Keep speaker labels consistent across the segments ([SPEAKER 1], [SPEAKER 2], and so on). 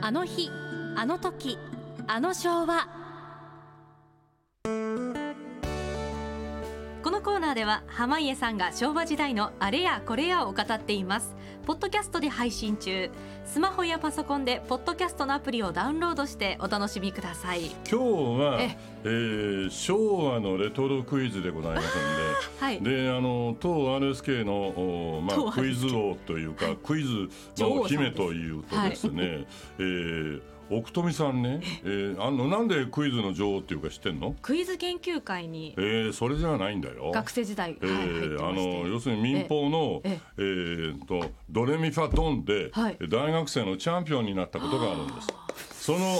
[SPEAKER 1] あの日あの時あの昭和このコーナーでは濱家さんが昭和時代のあれやこれやを語っていますポッドキャストで配信中スマホやパソコンでポッドキャストのアプリをダウンロードしてお楽しみください
[SPEAKER 2] 今日は
[SPEAKER 1] え、
[SPEAKER 2] えー昭和のレトロクイズでございます
[SPEAKER 1] はい
[SPEAKER 2] んでであの当 RSK のお、ま
[SPEAKER 1] 当
[SPEAKER 2] あ、クイズ王というかクイズの姫というとですね、えー奥富さんね、えーあのなんでクイズの女王っていうか知ってんの
[SPEAKER 1] クイズ研究会に
[SPEAKER 2] えー、それじゃないんだよ。
[SPEAKER 1] 学生時代、はい
[SPEAKER 2] え
[SPEAKER 1] 入って
[SPEAKER 2] ー、あ
[SPEAKER 1] まして
[SPEAKER 2] の要するに民放の
[SPEAKER 1] え
[SPEAKER 2] えーとドレミファドンで、
[SPEAKER 1] はい
[SPEAKER 2] 大学生のチャンピオンになったことがあるんです。その、え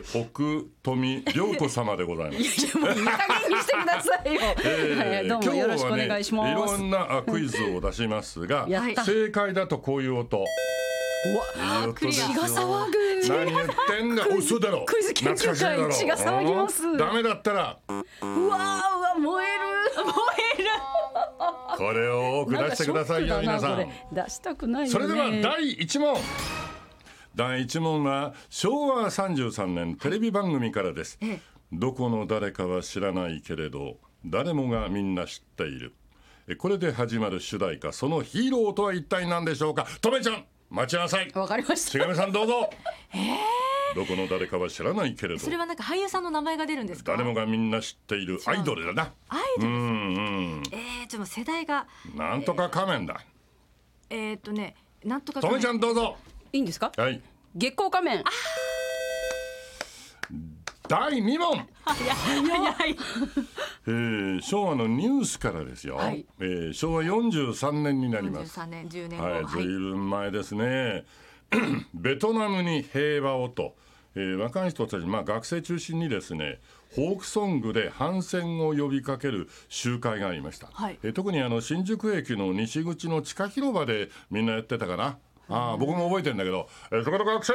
[SPEAKER 2] ー、奥富良子様でございます。
[SPEAKER 3] いやもういい加減にしてくださいよ。はいどうもよろしくお願いし
[SPEAKER 2] 今日
[SPEAKER 3] ま
[SPEAKER 2] は
[SPEAKER 3] す。
[SPEAKER 2] ね、いろんなあクイズを出しますが
[SPEAKER 3] やった
[SPEAKER 2] 正解だとこういう音。いい音ですよ
[SPEAKER 3] 血が騒ぐ
[SPEAKER 2] 何言ってんだ。おいそうだろ。
[SPEAKER 3] クイズ研究会
[SPEAKER 2] 懐かしいだろ
[SPEAKER 3] 血が騒ぎます
[SPEAKER 2] うんダメだったら
[SPEAKER 3] うわーうわ燃える
[SPEAKER 2] これを多く
[SPEAKER 3] なん
[SPEAKER 2] 出
[SPEAKER 3] か
[SPEAKER 2] して
[SPEAKER 3] ショ
[SPEAKER 2] ください
[SPEAKER 3] ッ
[SPEAKER 2] よ
[SPEAKER 3] ク
[SPEAKER 2] 皆
[SPEAKER 3] だな
[SPEAKER 2] さ
[SPEAKER 3] こ
[SPEAKER 2] ん
[SPEAKER 3] れ。出したくないよね。
[SPEAKER 2] それでは第一問第一問は昭和33年テレビ番組からです、
[SPEAKER 1] ええ
[SPEAKER 2] どこの誰かは知らないけれど誰もがみんな知っているえこれで始まる主題歌そのヒーローとは一体何でしょうかとめちゃん待ちなさい
[SPEAKER 3] わかりまし
[SPEAKER 2] ちがみさんどうぞ、どこの誰かは知らないけれど
[SPEAKER 1] それはなんか俳優さんの名前が出るんですか
[SPEAKER 2] 誰もがみんな知っているアイドルだな
[SPEAKER 1] アイ
[SPEAKER 2] う
[SPEAKER 1] ド
[SPEAKER 2] ん
[SPEAKER 1] ル、
[SPEAKER 2] うん
[SPEAKER 1] えー、ちょっと世代が
[SPEAKER 2] なんとか仮面だ
[SPEAKER 1] えー、っとねなんとか
[SPEAKER 2] とめちゃんどうぞ
[SPEAKER 3] た。いいんですか？
[SPEAKER 2] はい
[SPEAKER 3] 月光仮面。
[SPEAKER 2] 第二問
[SPEAKER 1] 早い
[SPEAKER 2] えー昭和のニュースからですよ、
[SPEAKER 3] はい
[SPEAKER 2] えー昭和43年になります
[SPEAKER 1] 43年10年後
[SPEAKER 2] は
[SPEAKER 1] はいい、
[SPEAKER 2] ずいぶん前ですね ベトナムに平和をと、えー若い人たち、まあ、学生中心にですねフォークソングで反戦を呼びかける集会がありました、
[SPEAKER 1] はい
[SPEAKER 2] えー特にあの新宿駅の西口の地下広場でみんなやってたかなああ僕も覚えてんだけど「えーそこの学生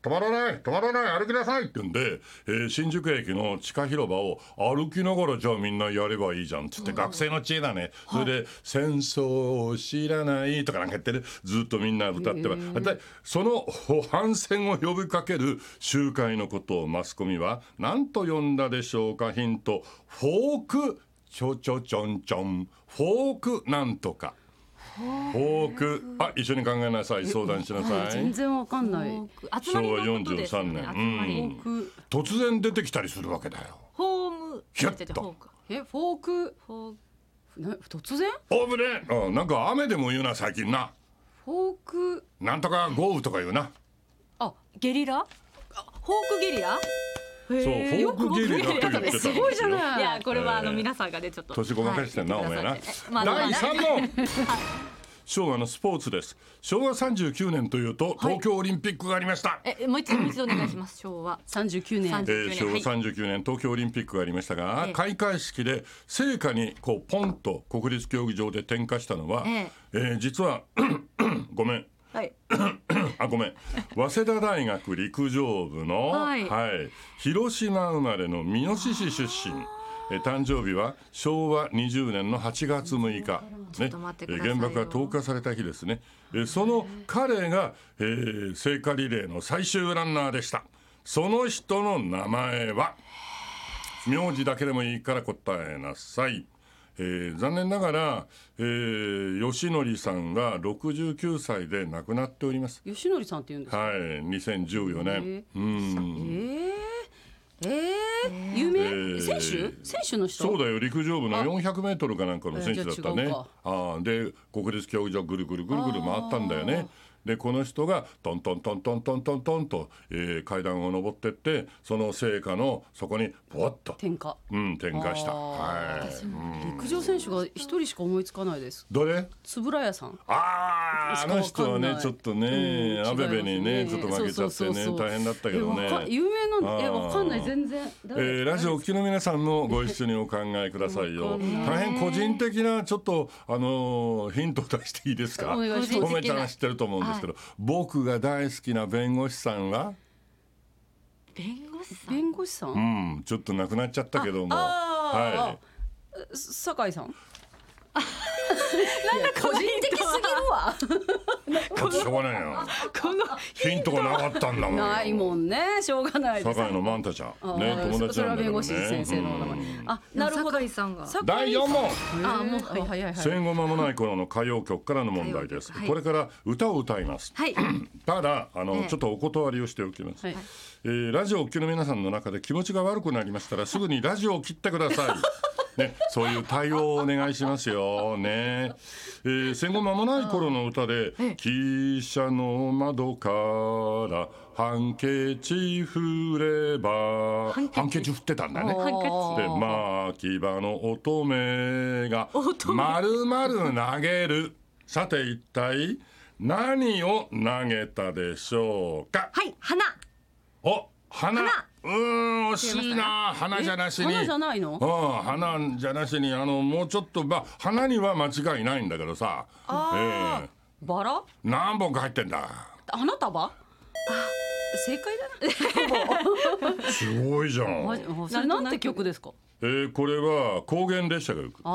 [SPEAKER 2] 止まらない止まらない歩きなさい」って言うんで、えー新宿駅の地下広場を歩きながらじゃあみんなやればいいじゃんっつって学生の知恵だね、それで「戦争を知らない」とかなんか言ってるずっとみんな歌ってば、でその反戦を呼びかける集会のことをマスコミは何と呼んだでしょうかヒント「フォークちょちょちょんちょんフォークなんとか」フォークあ一緒に考えなさい相談しな
[SPEAKER 3] はい
[SPEAKER 2] さ
[SPEAKER 3] 全
[SPEAKER 2] い
[SPEAKER 3] 然わかんない。
[SPEAKER 1] 集まりのことですよね
[SPEAKER 2] 昭和43年
[SPEAKER 1] 集まり、
[SPEAKER 2] う
[SPEAKER 3] フ
[SPEAKER 2] 突然出てきたりするわけだよ
[SPEAKER 1] ホーム
[SPEAKER 2] ひゃっと
[SPEAKER 1] 違う違うホーク
[SPEAKER 3] えフォーク
[SPEAKER 1] ホーク
[SPEAKER 3] な突然
[SPEAKER 2] おぶねうんなんか雨でも言うな最近な
[SPEAKER 3] フォーク
[SPEAKER 2] なんとか豪雨とか言うな
[SPEAKER 1] あゲリラあホークゲリラ
[SPEAKER 2] そうフォークゲリラって言ってたんです
[SPEAKER 3] す
[SPEAKER 2] よ
[SPEAKER 3] ごいじゃない。
[SPEAKER 1] いやこれはあ
[SPEAKER 2] え
[SPEAKER 1] の
[SPEAKER 2] ー
[SPEAKER 1] 皆さんがねちょっと
[SPEAKER 2] 年ごまかしてんな、お前な、
[SPEAKER 1] まあ
[SPEAKER 2] 第
[SPEAKER 1] まあ
[SPEAKER 2] 3問昭和のスポーツです昭和39年というと東京オリンピックがありました、
[SPEAKER 1] えもう一度もう一度お願いします昭和
[SPEAKER 3] 三十九年
[SPEAKER 1] 三
[SPEAKER 2] え
[SPEAKER 1] 十。
[SPEAKER 2] ー昭和
[SPEAKER 1] はい
[SPEAKER 2] 39年東京オリンピックがありましたが、
[SPEAKER 1] ええ
[SPEAKER 2] 開会式で聖火にこうポンと国立競技場で点火したのは、
[SPEAKER 1] え
[SPEAKER 2] えー実は ごめん
[SPEAKER 1] はい
[SPEAKER 2] あごめん早稲田大学陸上部の、
[SPEAKER 1] はい
[SPEAKER 2] 広島生まれの三好市出身え誕生日は昭和20年の8月6日、
[SPEAKER 1] ちょっと待ってくださいよ
[SPEAKER 2] え原爆が投下された日ですねえその彼が、えー聖火リレーの最終ランナーでしたその人の名前は名字だけでもいいから答えなさい。えー残念ながら、えー、吉典さんが69歳で亡くなっております。
[SPEAKER 3] 吉典さんって言うんですか。
[SPEAKER 2] はい、2014年。うん。
[SPEAKER 3] ええええ有
[SPEAKER 2] えー
[SPEAKER 3] 名選手選手の人。
[SPEAKER 2] そうだよ、陸上部の400メートルかなんかの選手だった
[SPEAKER 3] えー
[SPEAKER 2] ね
[SPEAKER 3] じゃあ違うか。
[SPEAKER 2] ああ、で、国立競技場ぐるぐるぐるぐる回ったんだよね。で、この人がトントントントントントントンと、えー階段を登ってって、その聖火のそこにポワッと、
[SPEAKER 3] 天下。
[SPEAKER 2] うん、点火した。
[SPEAKER 3] あー
[SPEAKER 2] はい。
[SPEAKER 3] 陸上選手が一人しか思いつかないです。
[SPEAKER 2] どれ
[SPEAKER 3] 円谷さん。
[SPEAKER 2] ああ、あ
[SPEAKER 3] しか
[SPEAKER 2] の
[SPEAKER 3] わか
[SPEAKER 2] 人は
[SPEAKER 3] んない
[SPEAKER 2] ね、ちょっと
[SPEAKER 3] うん
[SPEAKER 2] ね、アベベにね、
[SPEAKER 3] 違い
[SPEAKER 2] ちょ
[SPEAKER 3] ます
[SPEAKER 2] っと負けちゃって
[SPEAKER 3] そうそうそう
[SPEAKER 2] ね
[SPEAKER 3] そう、
[SPEAKER 2] 大変だったけど
[SPEAKER 3] えわか
[SPEAKER 2] ね。
[SPEAKER 3] 有名なんだ。え、
[SPEAKER 2] あー
[SPEAKER 3] わかんない、全然。
[SPEAKER 2] えーラジオをお聞
[SPEAKER 3] 誰
[SPEAKER 2] きの皆さんもご一緒にお考えください
[SPEAKER 3] わ
[SPEAKER 2] よ
[SPEAKER 3] かんな。い
[SPEAKER 2] 大変個人的なちょっとあのーヒントを出していいですか。
[SPEAKER 3] お願いし
[SPEAKER 1] 個人
[SPEAKER 2] と
[SPEAKER 3] ます。
[SPEAKER 2] めちゃんは知ってると思うんですけど、僕が大好きな弁護士さんは、
[SPEAKER 1] 弁護士さん
[SPEAKER 3] 弁護士さ。
[SPEAKER 2] うんん、ちょっと亡くなっちゃったけども、
[SPEAKER 3] あ
[SPEAKER 2] は
[SPEAKER 3] ー酒井さん。なんか個人的すぎるわ。
[SPEAKER 2] だってしょうがないよ
[SPEAKER 3] この
[SPEAKER 2] ヒントがなかったんだもん
[SPEAKER 3] ないもんねしょうがないです
[SPEAKER 2] 堺のマンタちゃんね
[SPEAKER 3] あー
[SPEAKER 2] 友達
[SPEAKER 3] それ
[SPEAKER 2] な
[SPEAKER 3] は
[SPEAKER 2] んだけ
[SPEAKER 3] 弁
[SPEAKER 2] ど
[SPEAKER 3] 護士
[SPEAKER 2] ね
[SPEAKER 3] 先生のお名前、
[SPEAKER 2] うん
[SPEAKER 3] あなるほど
[SPEAKER 1] 酒井さんが
[SPEAKER 3] 酒井
[SPEAKER 2] 第4問
[SPEAKER 3] あ
[SPEAKER 1] あ
[SPEAKER 3] も
[SPEAKER 1] も
[SPEAKER 3] う
[SPEAKER 1] う
[SPEAKER 3] 早い早い
[SPEAKER 2] 戦後間もない頃の歌謡曲からの問題です、
[SPEAKER 1] 歌謡曲はい
[SPEAKER 2] これから歌を歌います
[SPEAKER 1] はい
[SPEAKER 2] ただあの、
[SPEAKER 1] ええ
[SPEAKER 2] ちょっとお断りをしておきます、
[SPEAKER 3] はい
[SPEAKER 2] えーラジオをお聞きの皆さんの中で気持ちが悪くなりましたらすぐにラジオを切ってくだ さいね、そういう対応をお願いしますよね、えー戦後間もない頃の歌で
[SPEAKER 1] ええ
[SPEAKER 2] 「汽車の窓からハンケチ振れば」
[SPEAKER 1] ハンケチ
[SPEAKER 2] ハンケチ振ってたんだよね
[SPEAKER 1] ハンカチ
[SPEAKER 2] で、牧場の乙女が
[SPEAKER 1] 乙女
[SPEAKER 2] まるまる投げる。さて一体何を投げたでしょうか。
[SPEAKER 1] はい花
[SPEAKER 2] お、花。うーん、惜しいな。花じゃなしに。
[SPEAKER 3] 花じゃないの
[SPEAKER 2] うん、花じゃなしに、あの、もうちょっと、まあ、花には間違いないんだけどさ。
[SPEAKER 3] あ
[SPEAKER 2] ええ
[SPEAKER 3] バラ
[SPEAKER 2] 何本か入ってんだ。
[SPEAKER 3] 花束あ正解
[SPEAKER 2] すごいじゃ ん。
[SPEAKER 3] だな それなんて曲ですか
[SPEAKER 2] えーこれは高原列車が行く。
[SPEAKER 3] あ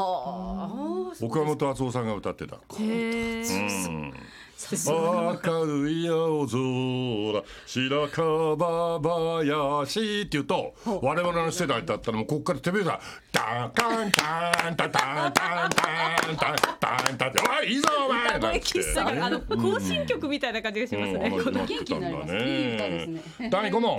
[SPEAKER 3] あ
[SPEAKER 2] 岡本敦夫さんが歌ってた。
[SPEAKER 1] へー
[SPEAKER 2] うん。明るい青空白樺林っていうと我々の世代だったらもうここから手拍子がタンタンタンタンタンタンタンタンタンタンって「おいいいぞお前!」なんて
[SPEAKER 3] 喫茶があの行進曲みたいな感じがしますね、
[SPEAKER 2] うん
[SPEAKER 3] この
[SPEAKER 2] なって
[SPEAKER 3] 元気
[SPEAKER 2] た
[SPEAKER 3] に
[SPEAKER 2] ん
[SPEAKER 3] なりま
[SPEAKER 2] だ
[SPEAKER 3] すねいい歌ですね
[SPEAKER 2] ね。第5問。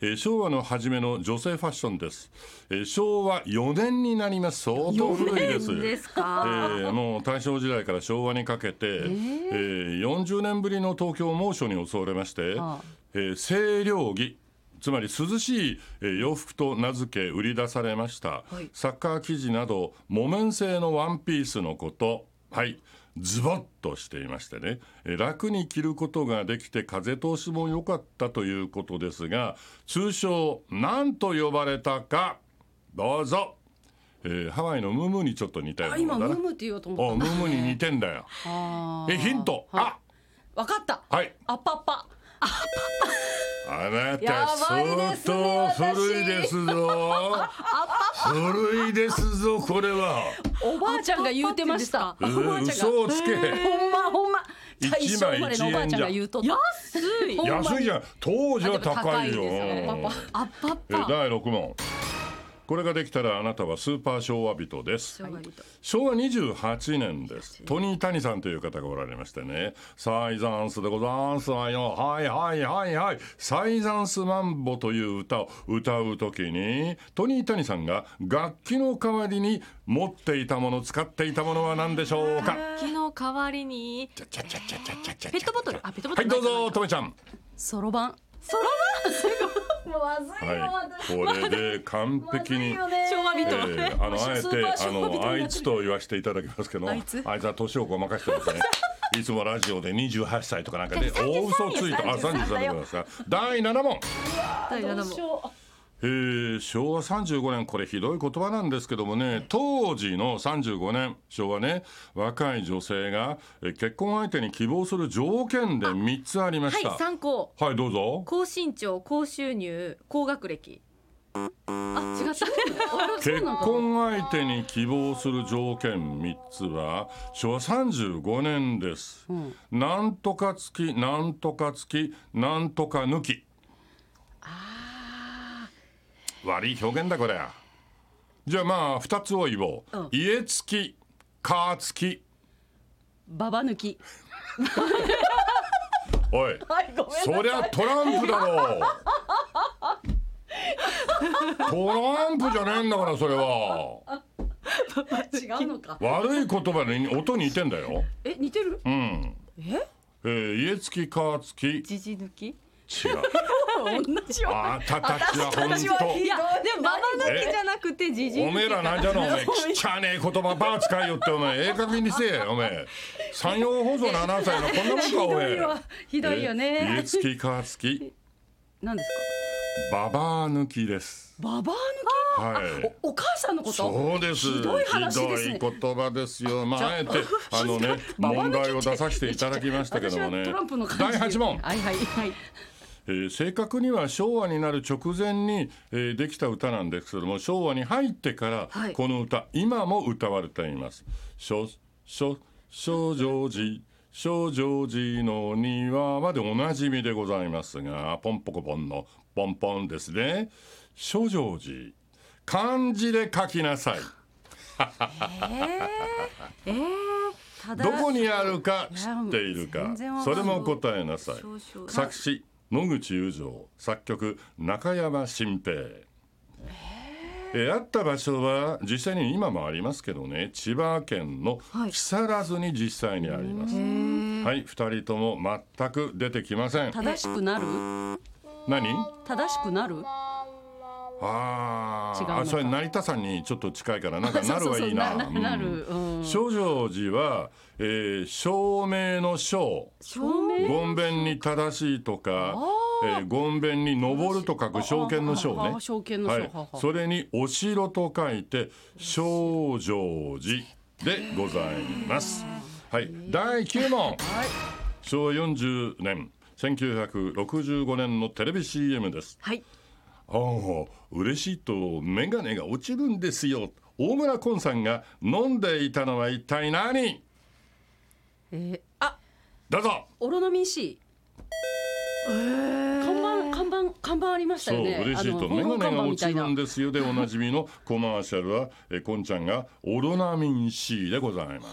[SPEAKER 2] えー昭和の初めの女性ファッションです、えー昭和4年になります相当古いです
[SPEAKER 1] です
[SPEAKER 2] え
[SPEAKER 1] か、
[SPEAKER 2] ーもう大正時代から昭和にかけて、えー40年ぶりの東京猛暑に襲われまして、
[SPEAKER 3] ああ
[SPEAKER 2] えー清涼着つまり涼しいえー洋服と名付け売り出されました、
[SPEAKER 1] い
[SPEAKER 2] サッカー生地など木綿製のワンピースのことはいズボッとしていましてねえー楽に着ることができて風通しも良かったということですが通称何と呼ばれたかどうぞ、えーハワイのムームーにちょっと似たよ
[SPEAKER 3] あ
[SPEAKER 2] うな
[SPEAKER 3] 今
[SPEAKER 2] ものだな
[SPEAKER 3] ムームって言おうと
[SPEAKER 2] お
[SPEAKER 3] 思っ
[SPEAKER 2] ム
[SPEAKER 3] た
[SPEAKER 2] ームーに似てんだよ。
[SPEAKER 3] あー
[SPEAKER 2] えヒント。あ
[SPEAKER 3] わかった
[SPEAKER 2] はい。
[SPEAKER 3] アッパッパ
[SPEAKER 2] あな
[SPEAKER 3] や
[SPEAKER 2] た
[SPEAKER 3] ばい
[SPEAKER 2] 相
[SPEAKER 3] ですね
[SPEAKER 2] 当
[SPEAKER 3] 私
[SPEAKER 2] 古いですぞ。古いですぞこれは。
[SPEAKER 3] おばあちゃんが言うてました
[SPEAKER 2] う
[SPEAKER 3] おばあ
[SPEAKER 2] ん
[SPEAKER 3] ちゃんが
[SPEAKER 2] 嘘をつけ。
[SPEAKER 3] ほんまほんま
[SPEAKER 2] 一枚
[SPEAKER 3] 大正生まれのおばあちゃんが言うとった
[SPEAKER 1] 安い
[SPEAKER 3] ほんまに
[SPEAKER 2] 安いじゃん。当時は高いよ。
[SPEAKER 3] あでも高いですよパパ
[SPEAKER 1] あっぱっ
[SPEAKER 2] え
[SPEAKER 1] ぱ
[SPEAKER 2] 第六問。これができたらあなたはスーパー昭和人です。
[SPEAKER 1] はい
[SPEAKER 2] 昭和28年ですトニー・タニさんという方がおられましてね「サイザンスでござんすわよはいはいはいはいサイザンスマンボ」という歌を歌う時にトニー・タニさんが楽器の代わりに持っていたもの使っていたものは何でしょうか
[SPEAKER 1] 木の代わりに
[SPEAKER 2] チャチャチャチャチャチャチャ
[SPEAKER 1] ペットボトルあペットボト
[SPEAKER 2] はい
[SPEAKER 1] ル
[SPEAKER 2] どうぞとめちゃん
[SPEAKER 3] そろばん
[SPEAKER 2] はいこれで完璧に、
[SPEAKER 3] 昭和
[SPEAKER 2] え
[SPEAKER 3] 人、
[SPEAKER 2] ーあのあえ
[SPEAKER 3] スーパ
[SPEAKER 2] て
[SPEAKER 3] ー
[SPEAKER 2] あ
[SPEAKER 3] 昭和人になってる
[SPEAKER 2] のあいつと言わせていただきますけど
[SPEAKER 3] あいつ
[SPEAKER 2] あいつは年をごまかしてますねいつもラジオで28歳とかなんかで
[SPEAKER 1] じゃあ
[SPEAKER 2] 大嘘ついた
[SPEAKER 1] 33
[SPEAKER 2] あ33歳でございますが第7問
[SPEAKER 1] 第7問
[SPEAKER 2] えー昭和35年これひどい言葉なんですけどもね当時の35年昭和ね若い女性がえー結婚相手に希望する条件で3つありま
[SPEAKER 1] は
[SPEAKER 2] し
[SPEAKER 1] い
[SPEAKER 2] た
[SPEAKER 1] 参考
[SPEAKER 2] はいどうぞ
[SPEAKER 1] 高身長高収入高学歴あ違った
[SPEAKER 2] 結婚相手に希望する条件3つは昭和35年です、なんとか付きなんとか付きなんとか抜き悪い表現だこれじゃあまあ2つを言おう、
[SPEAKER 3] うん
[SPEAKER 2] 家付きカー付き
[SPEAKER 3] ババ抜き
[SPEAKER 2] おい
[SPEAKER 3] はい ごめんなさい
[SPEAKER 2] そりゃトランプだ ろうトランプじゃねえんだからそれは
[SPEAKER 3] 違うのか
[SPEAKER 2] 悪い言葉に音似てんだよ
[SPEAKER 3] え似てる
[SPEAKER 2] うん。
[SPEAKER 3] え
[SPEAKER 2] えー、家付き川付き
[SPEAKER 1] じじ抜き
[SPEAKER 2] 違う。
[SPEAKER 3] 同じよ
[SPEAKER 2] あんたたちは本
[SPEAKER 3] 私はひど
[SPEAKER 2] 当。
[SPEAKER 3] い
[SPEAKER 1] やでもババ抜きじゃなくてじじ
[SPEAKER 2] おめえらなんじゃのお めえきっちゃねえ言葉ばあ使いよっておめえええ加減にせえよおめえ山陽放送のアナウンサーのこんなもんかおめ
[SPEAKER 3] ひどい
[SPEAKER 2] え
[SPEAKER 3] わひどいよ
[SPEAKER 2] え
[SPEAKER 3] ね
[SPEAKER 2] 家付き川付き
[SPEAKER 3] 何です
[SPEAKER 2] ババア抜きです
[SPEAKER 3] かババ
[SPEAKER 2] はい
[SPEAKER 3] おお母さんのこと
[SPEAKER 2] そうです
[SPEAKER 3] ひどい話ですね
[SPEAKER 2] ひどい言葉ですよまああえてあの ね
[SPEAKER 3] ババ
[SPEAKER 2] 問
[SPEAKER 3] 抜きって
[SPEAKER 2] 題を出させていただきましたけどもね
[SPEAKER 3] 私はトランプの感
[SPEAKER 2] 第
[SPEAKER 3] じで
[SPEAKER 2] 8問
[SPEAKER 3] はいはいはい
[SPEAKER 2] えー正確には昭和になる直前に、えーできた歌なんですけども昭和に入ってから
[SPEAKER 1] はい
[SPEAKER 2] この歌、今も歌われています「少少少女時少女寺の庭までおなじみでございますがポンポコポンのポンポンですね少女寺漢字で書きなさい
[SPEAKER 3] えー、ただ
[SPEAKER 2] どこにあるか知っている
[SPEAKER 3] いや
[SPEAKER 2] か
[SPEAKER 3] 全然わか
[SPEAKER 2] そ
[SPEAKER 3] んな
[SPEAKER 2] れ
[SPEAKER 3] い
[SPEAKER 2] も答えなさい
[SPEAKER 1] 少々
[SPEAKER 2] 作詞野口雄三作曲中山新平えーあった場所は実際に今もありますけどね千葉県の
[SPEAKER 3] はい
[SPEAKER 2] 木更津に実際にあります
[SPEAKER 3] えー
[SPEAKER 2] はい二人とも全く出てきません
[SPEAKER 3] 正しくなる
[SPEAKER 2] 何
[SPEAKER 3] 正しくなる
[SPEAKER 2] あ
[SPEAKER 3] 違うの
[SPEAKER 2] ー
[SPEAKER 3] か
[SPEAKER 2] あそれ成田山にちょっと近いからなんかなるはいいな
[SPEAKER 3] そうそうそうななる、うん、
[SPEAKER 2] 少女寺は、えー照明の照
[SPEAKER 3] 照明
[SPEAKER 2] ごんべんに正しいとか
[SPEAKER 3] あ、
[SPEAKER 2] えー、ごんべんに登ると書く証券の証
[SPEAKER 3] ああ
[SPEAKER 2] ね
[SPEAKER 3] あ。証券の
[SPEAKER 2] は
[SPEAKER 3] 証、
[SPEAKER 2] い
[SPEAKER 3] はは、
[SPEAKER 2] それにお城と書いて少女寺でございます。はい、第9問。昭和40年、1965年のテレビ CM です。
[SPEAKER 3] はい
[SPEAKER 2] ああ、嬉しいとメガネが落ちるんですよ。大村昆さんが飲んでいたのは一体何
[SPEAKER 3] えー、あ
[SPEAKER 2] どうぞ
[SPEAKER 3] オロナミン C 看板看板看板ありました
[SPEAKER 2] そう
[SPEAKER 3] よね
[SPEAKER 2] 嬉しい
[SPEAKER 3] あ
[SPEAKER 2] と
[SPEAKER 3] の
[SPEAKER 2] メガネ
[SPEAKER 3] 看
[SPEAKER 2] が
[SPEAKER 3] 板み
[SPEAKER 2] 落
[SPEAKER 3] た
[SPEAKER 2] ち
[SPEAKER 3] いな
[SPEAKER 2] るんですよでおなじみのコマーシャルはえこんちゃんがオロナミン C でございます。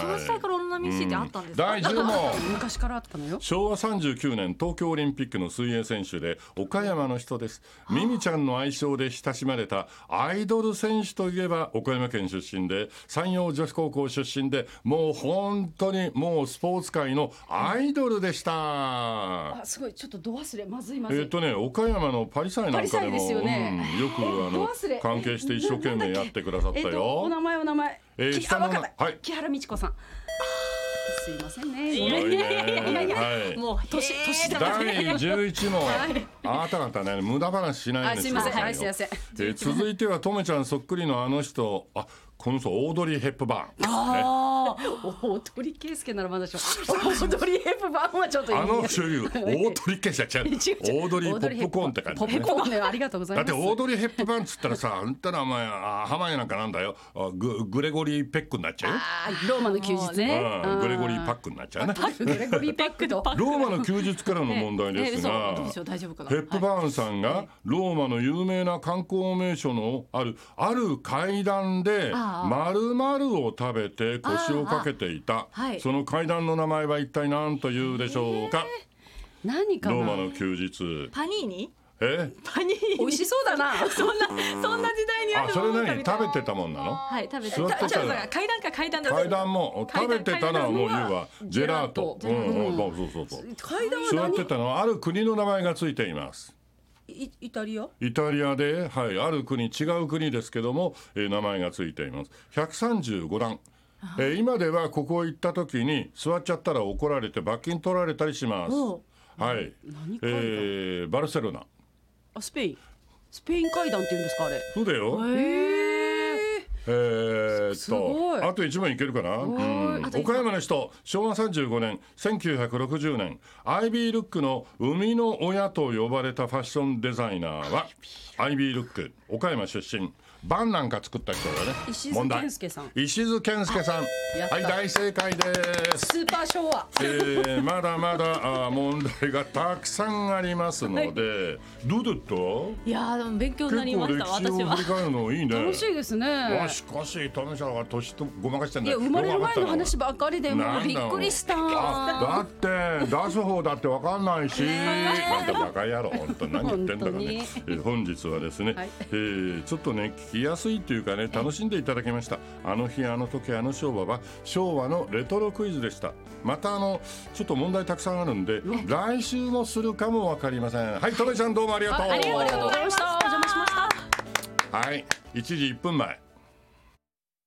[SPEAKER 1] その時代からオロナミン C ってあったんですか
[SPEAKER 2] 第10問
[SPEAKER 3] 昔からあったのよ
[SPEAKER 2] 昭和39年東京オリンピックの水泳選手で岡山の人ですミミちゃんの愛称で親しまれたアイドル選手といえば岡山県出身で山陽女子高校出身でもう本当にもうスポーツ界のアイドルでした。
[SPEAKER 3] あすごいちょっとど忘れまずいま
[SPEAKER 2] え
[SPEAKER 3] ずい、
[SPEAKER 2] ーっとね、岡山のパリ祭なんか
[SPEAKER 3] パ
[SPEAKER 2] で
[SPEAKER 3] リ祭で
[SPEAKER 2] も
[SPEAKER 3] すよね
[SPEAKER 2] うん、よくあ
[SPEAKER 3] ど
[SPEAKER 2] の
[SPEAKER 3] 忘れ
[SPEAKER 2] 関係して一生懸命やってくださった
[SPEAKER 3] えーとお
[SPEAKER 2] よ。
[SPEAKER 3] 名前お名前、
[SPEAKER 2] えー
[SPEAKER 3] き
[SPEAKER 2] 下
[SPEAKER 3] あ
[SPEAKER 2] の
[SPEAKER 3] わ
[SPEAKER 2] 名
[SPEAKER 3] かった、
[SPEAKER 2] はい
[SPEAKER 3] 木原美智子さんすいませんね
[SPEAKER 2] す
[SPEAKER 3] ご
[SPEAKER 2] ご
[SPEAKER 3] めん
[SPEAKER 2] いね。はい。
[SPEAKER 1] もう
[SPEAKER 3] 年年だからね
[SPEAKER 2] 第十一問、あなた方ね無駄話しない
[SPEAKER 3] あ
[SPEAKER 2] ですす
[SPEAKER 3] い
[SPEAKER 2] よ。
[SPEAKER 3] ませんはいすいません
[SPEAKER 2] えー続いてはとめちゃんそっくりのあの人、あこの人オードリーヘップバーン。
[SPEAKER 3] ああ、お鳥圭介ならまだしも。お鳥ヘップバー ンはちょっといい
[SPEAKER 2] あの女優オードリー系じゃ違う。
[SPEAKER 3] 違う違う
[SPEAKER 2] オードリーポップコーンって感じ
[SPEAKER 3] ポ
[SPEAKER 2] ね。
[SPEAKER 3] ップコーンね、ありがとうござ
[SPEAKER 2] だ
[SPEAKER 3] い
[SPEAKER 2] っ
[SPEAKER 3] ます。
[SPEAKER 2] てオードリー・ヘップバーンっつったらさ、あんたらお前、あハワイなんかなんだよ、あググレゴリー・ペックになっちゃうよ。
[SPEAKER 3] あーローマの休日ね。
[SPEAKER 2] うんグレゴリー・パックになっちゃうな。
[SPEAKER 3] ク。グレゴリーパックと。
[SPEAKER 2] ローマの休日からの問題です
[SPEAKER 3] えー
[SPEAKER 2] が
[SPEAKER 3] 嘘どうでしょう、大丈夫かな。
[SPEAKER 2] ヘップ
[SPEAKER 3] はい
[SPEAKER 2] バーンさんがローマの有名な観光名所のあるある階段で
[SPEAKER 1] ああ
[SPEAKER 2] 丸々を食べて腰をかけていた
[SPEAKER 1] あはい
[SPEAKER 2] その階段の名前は一体何というでしょうか
[SPEAKER 3] 何か
[SPEAKER 2] ローマ
[SPEAKER 3] な。
[SPEAKER 2] の休日
[SPEAKER 1] パニーニ
[SPEAKER 2] え
[SPEAKER 1] パニー
[SPEAKER 3] 美味しそうだな。
[SPEAKER 1] そんなそんな時代にあ
[SPEAKER 2] あ
[SPEAKER 1] る
[SPEAKER 2] それ
[SPEAKER 1] ものか
[SPEAKER 2] 何
[SPEAKER 1] みたい
[SPEAKER 2] 食
[SPEAKER 1] な
[SPEAKER 2] べてたもんなの
[SPEAKER 1] はい食べて
[SPEAKER 2] 座ってたら
[SPEAKER 1] じゃあだから階段か階段だ
[SPEAKER 2] 階段も食べてたのはもう言うわジェラート
[SPEAKER 3] ジ
[SPEAKER 2] う
[SPEAKER 3] ェラート
[SPEAKER 2] んうんそうそうそうそう
[SPEAKER 3] 階段
[SPEAKER 2] 座
[SPEAKER 3] は
[SPEAKER 2] って
[SPEAKER 3] 何？
[SPEAKER 2] たのはある国の名前がついています
[SPEAKER 3] イイタリア？
[SPEAKER 2] イタリアで、はい、ある国違う国ですけども、えー名前がついています135段、えー今ではここ行った時に座っちゃったら怒られて罰金取られたりします
[SPEAKER 1] お
[SPEAKER 2] はい、
[SPEAKER 3] 何
[SPEAKER 2] え
[SPEAKER 3] 階
[SPEAKER 2] ー
[SPEAKER 3] 段？
[SPEAKER 2] バルセロナ
[SPEAKER 3] あ、スペイン。スペイン階段って言うんですかあれ。
[SPEAKER 2] そうだよ
[SPEAKER 3] えー。
[SPEAKER 2] えーっ
[SPEAKER 3] すごい
[SPEAKER 2] とあと1問いけるかな、うん
[SPEAKER 1] あと一問
[SPEAKER 2] 岡山の人昭和35年1960年アイビールックの生みの親と呼ばれたファッションデザイナーはアイビールック岡山出身バンなんか作った人だね
[SPEAKER 3] 石
[SPEAKER 2] 問
[SPEAKER 3] 津
[SPEAKER 2] 題
[SPEAKER 3] 健介さん。
[SPEAKER 2] 石津健介さん
[SPEAKER 3] やった
[SPEAKER 2] はい大正解です
[SPEAKER 3] スーパー昭和。
[SPEAKER 2] えー まだまだあー問題がたくさんありますので、どうだった
[SPEAKER 1] いやーでも勉強になり
[SPEAKER 2] 結構
[SPEAKER 1] ました
[SPEAKER 2] 歴
[SPEAKER 1] 私
[SPEAKER 2] 史を
[SPEAKER 1] は
[SPEAKER 2] 振り返るのいいね
[SPEAKER 3] 楽しいです
[SPEAKER 2] あ
[SPEAKER 3] ね。
[SPEAKER 2] しかし、富ちゃんは年とごまかしてん
[SPEAKER 3] い
[SPEAKER 2] だ
[SPEAKER 3] や
[SPEAKER 2] よ
[SPEAKER 3] 生まれる前の話ばっかりでも
[SPEAKER 2] なん
[SPEAKER 3] うび
[SPEAKER 2] だろ
[SPEAKER 3] っ
[SPEAKER 2] う
[SPEAKER 3] くりした。
[SPEAKER 2] あだって出す方だってわかんないし、なんだバカ野郎本当何言ってんだかね
[SPEAKER 3] 本
[SPEAKER 2] え本日はですね、
[SPEAKER 3] はい
[SPEAKER 2] えーちょっとね聞きやすいというかね楽しんでいただきましたあの日あの時あの昭和は昭和のレトロクイズでしたまたあのちょっと問題たくさんあるんで来週もするかもわかりませんはいとめちゃんどうもありがとう
[SPEAKER 3] あありがとうございました。お邪魔しました。
[SPEAKER 2] はい1時1分前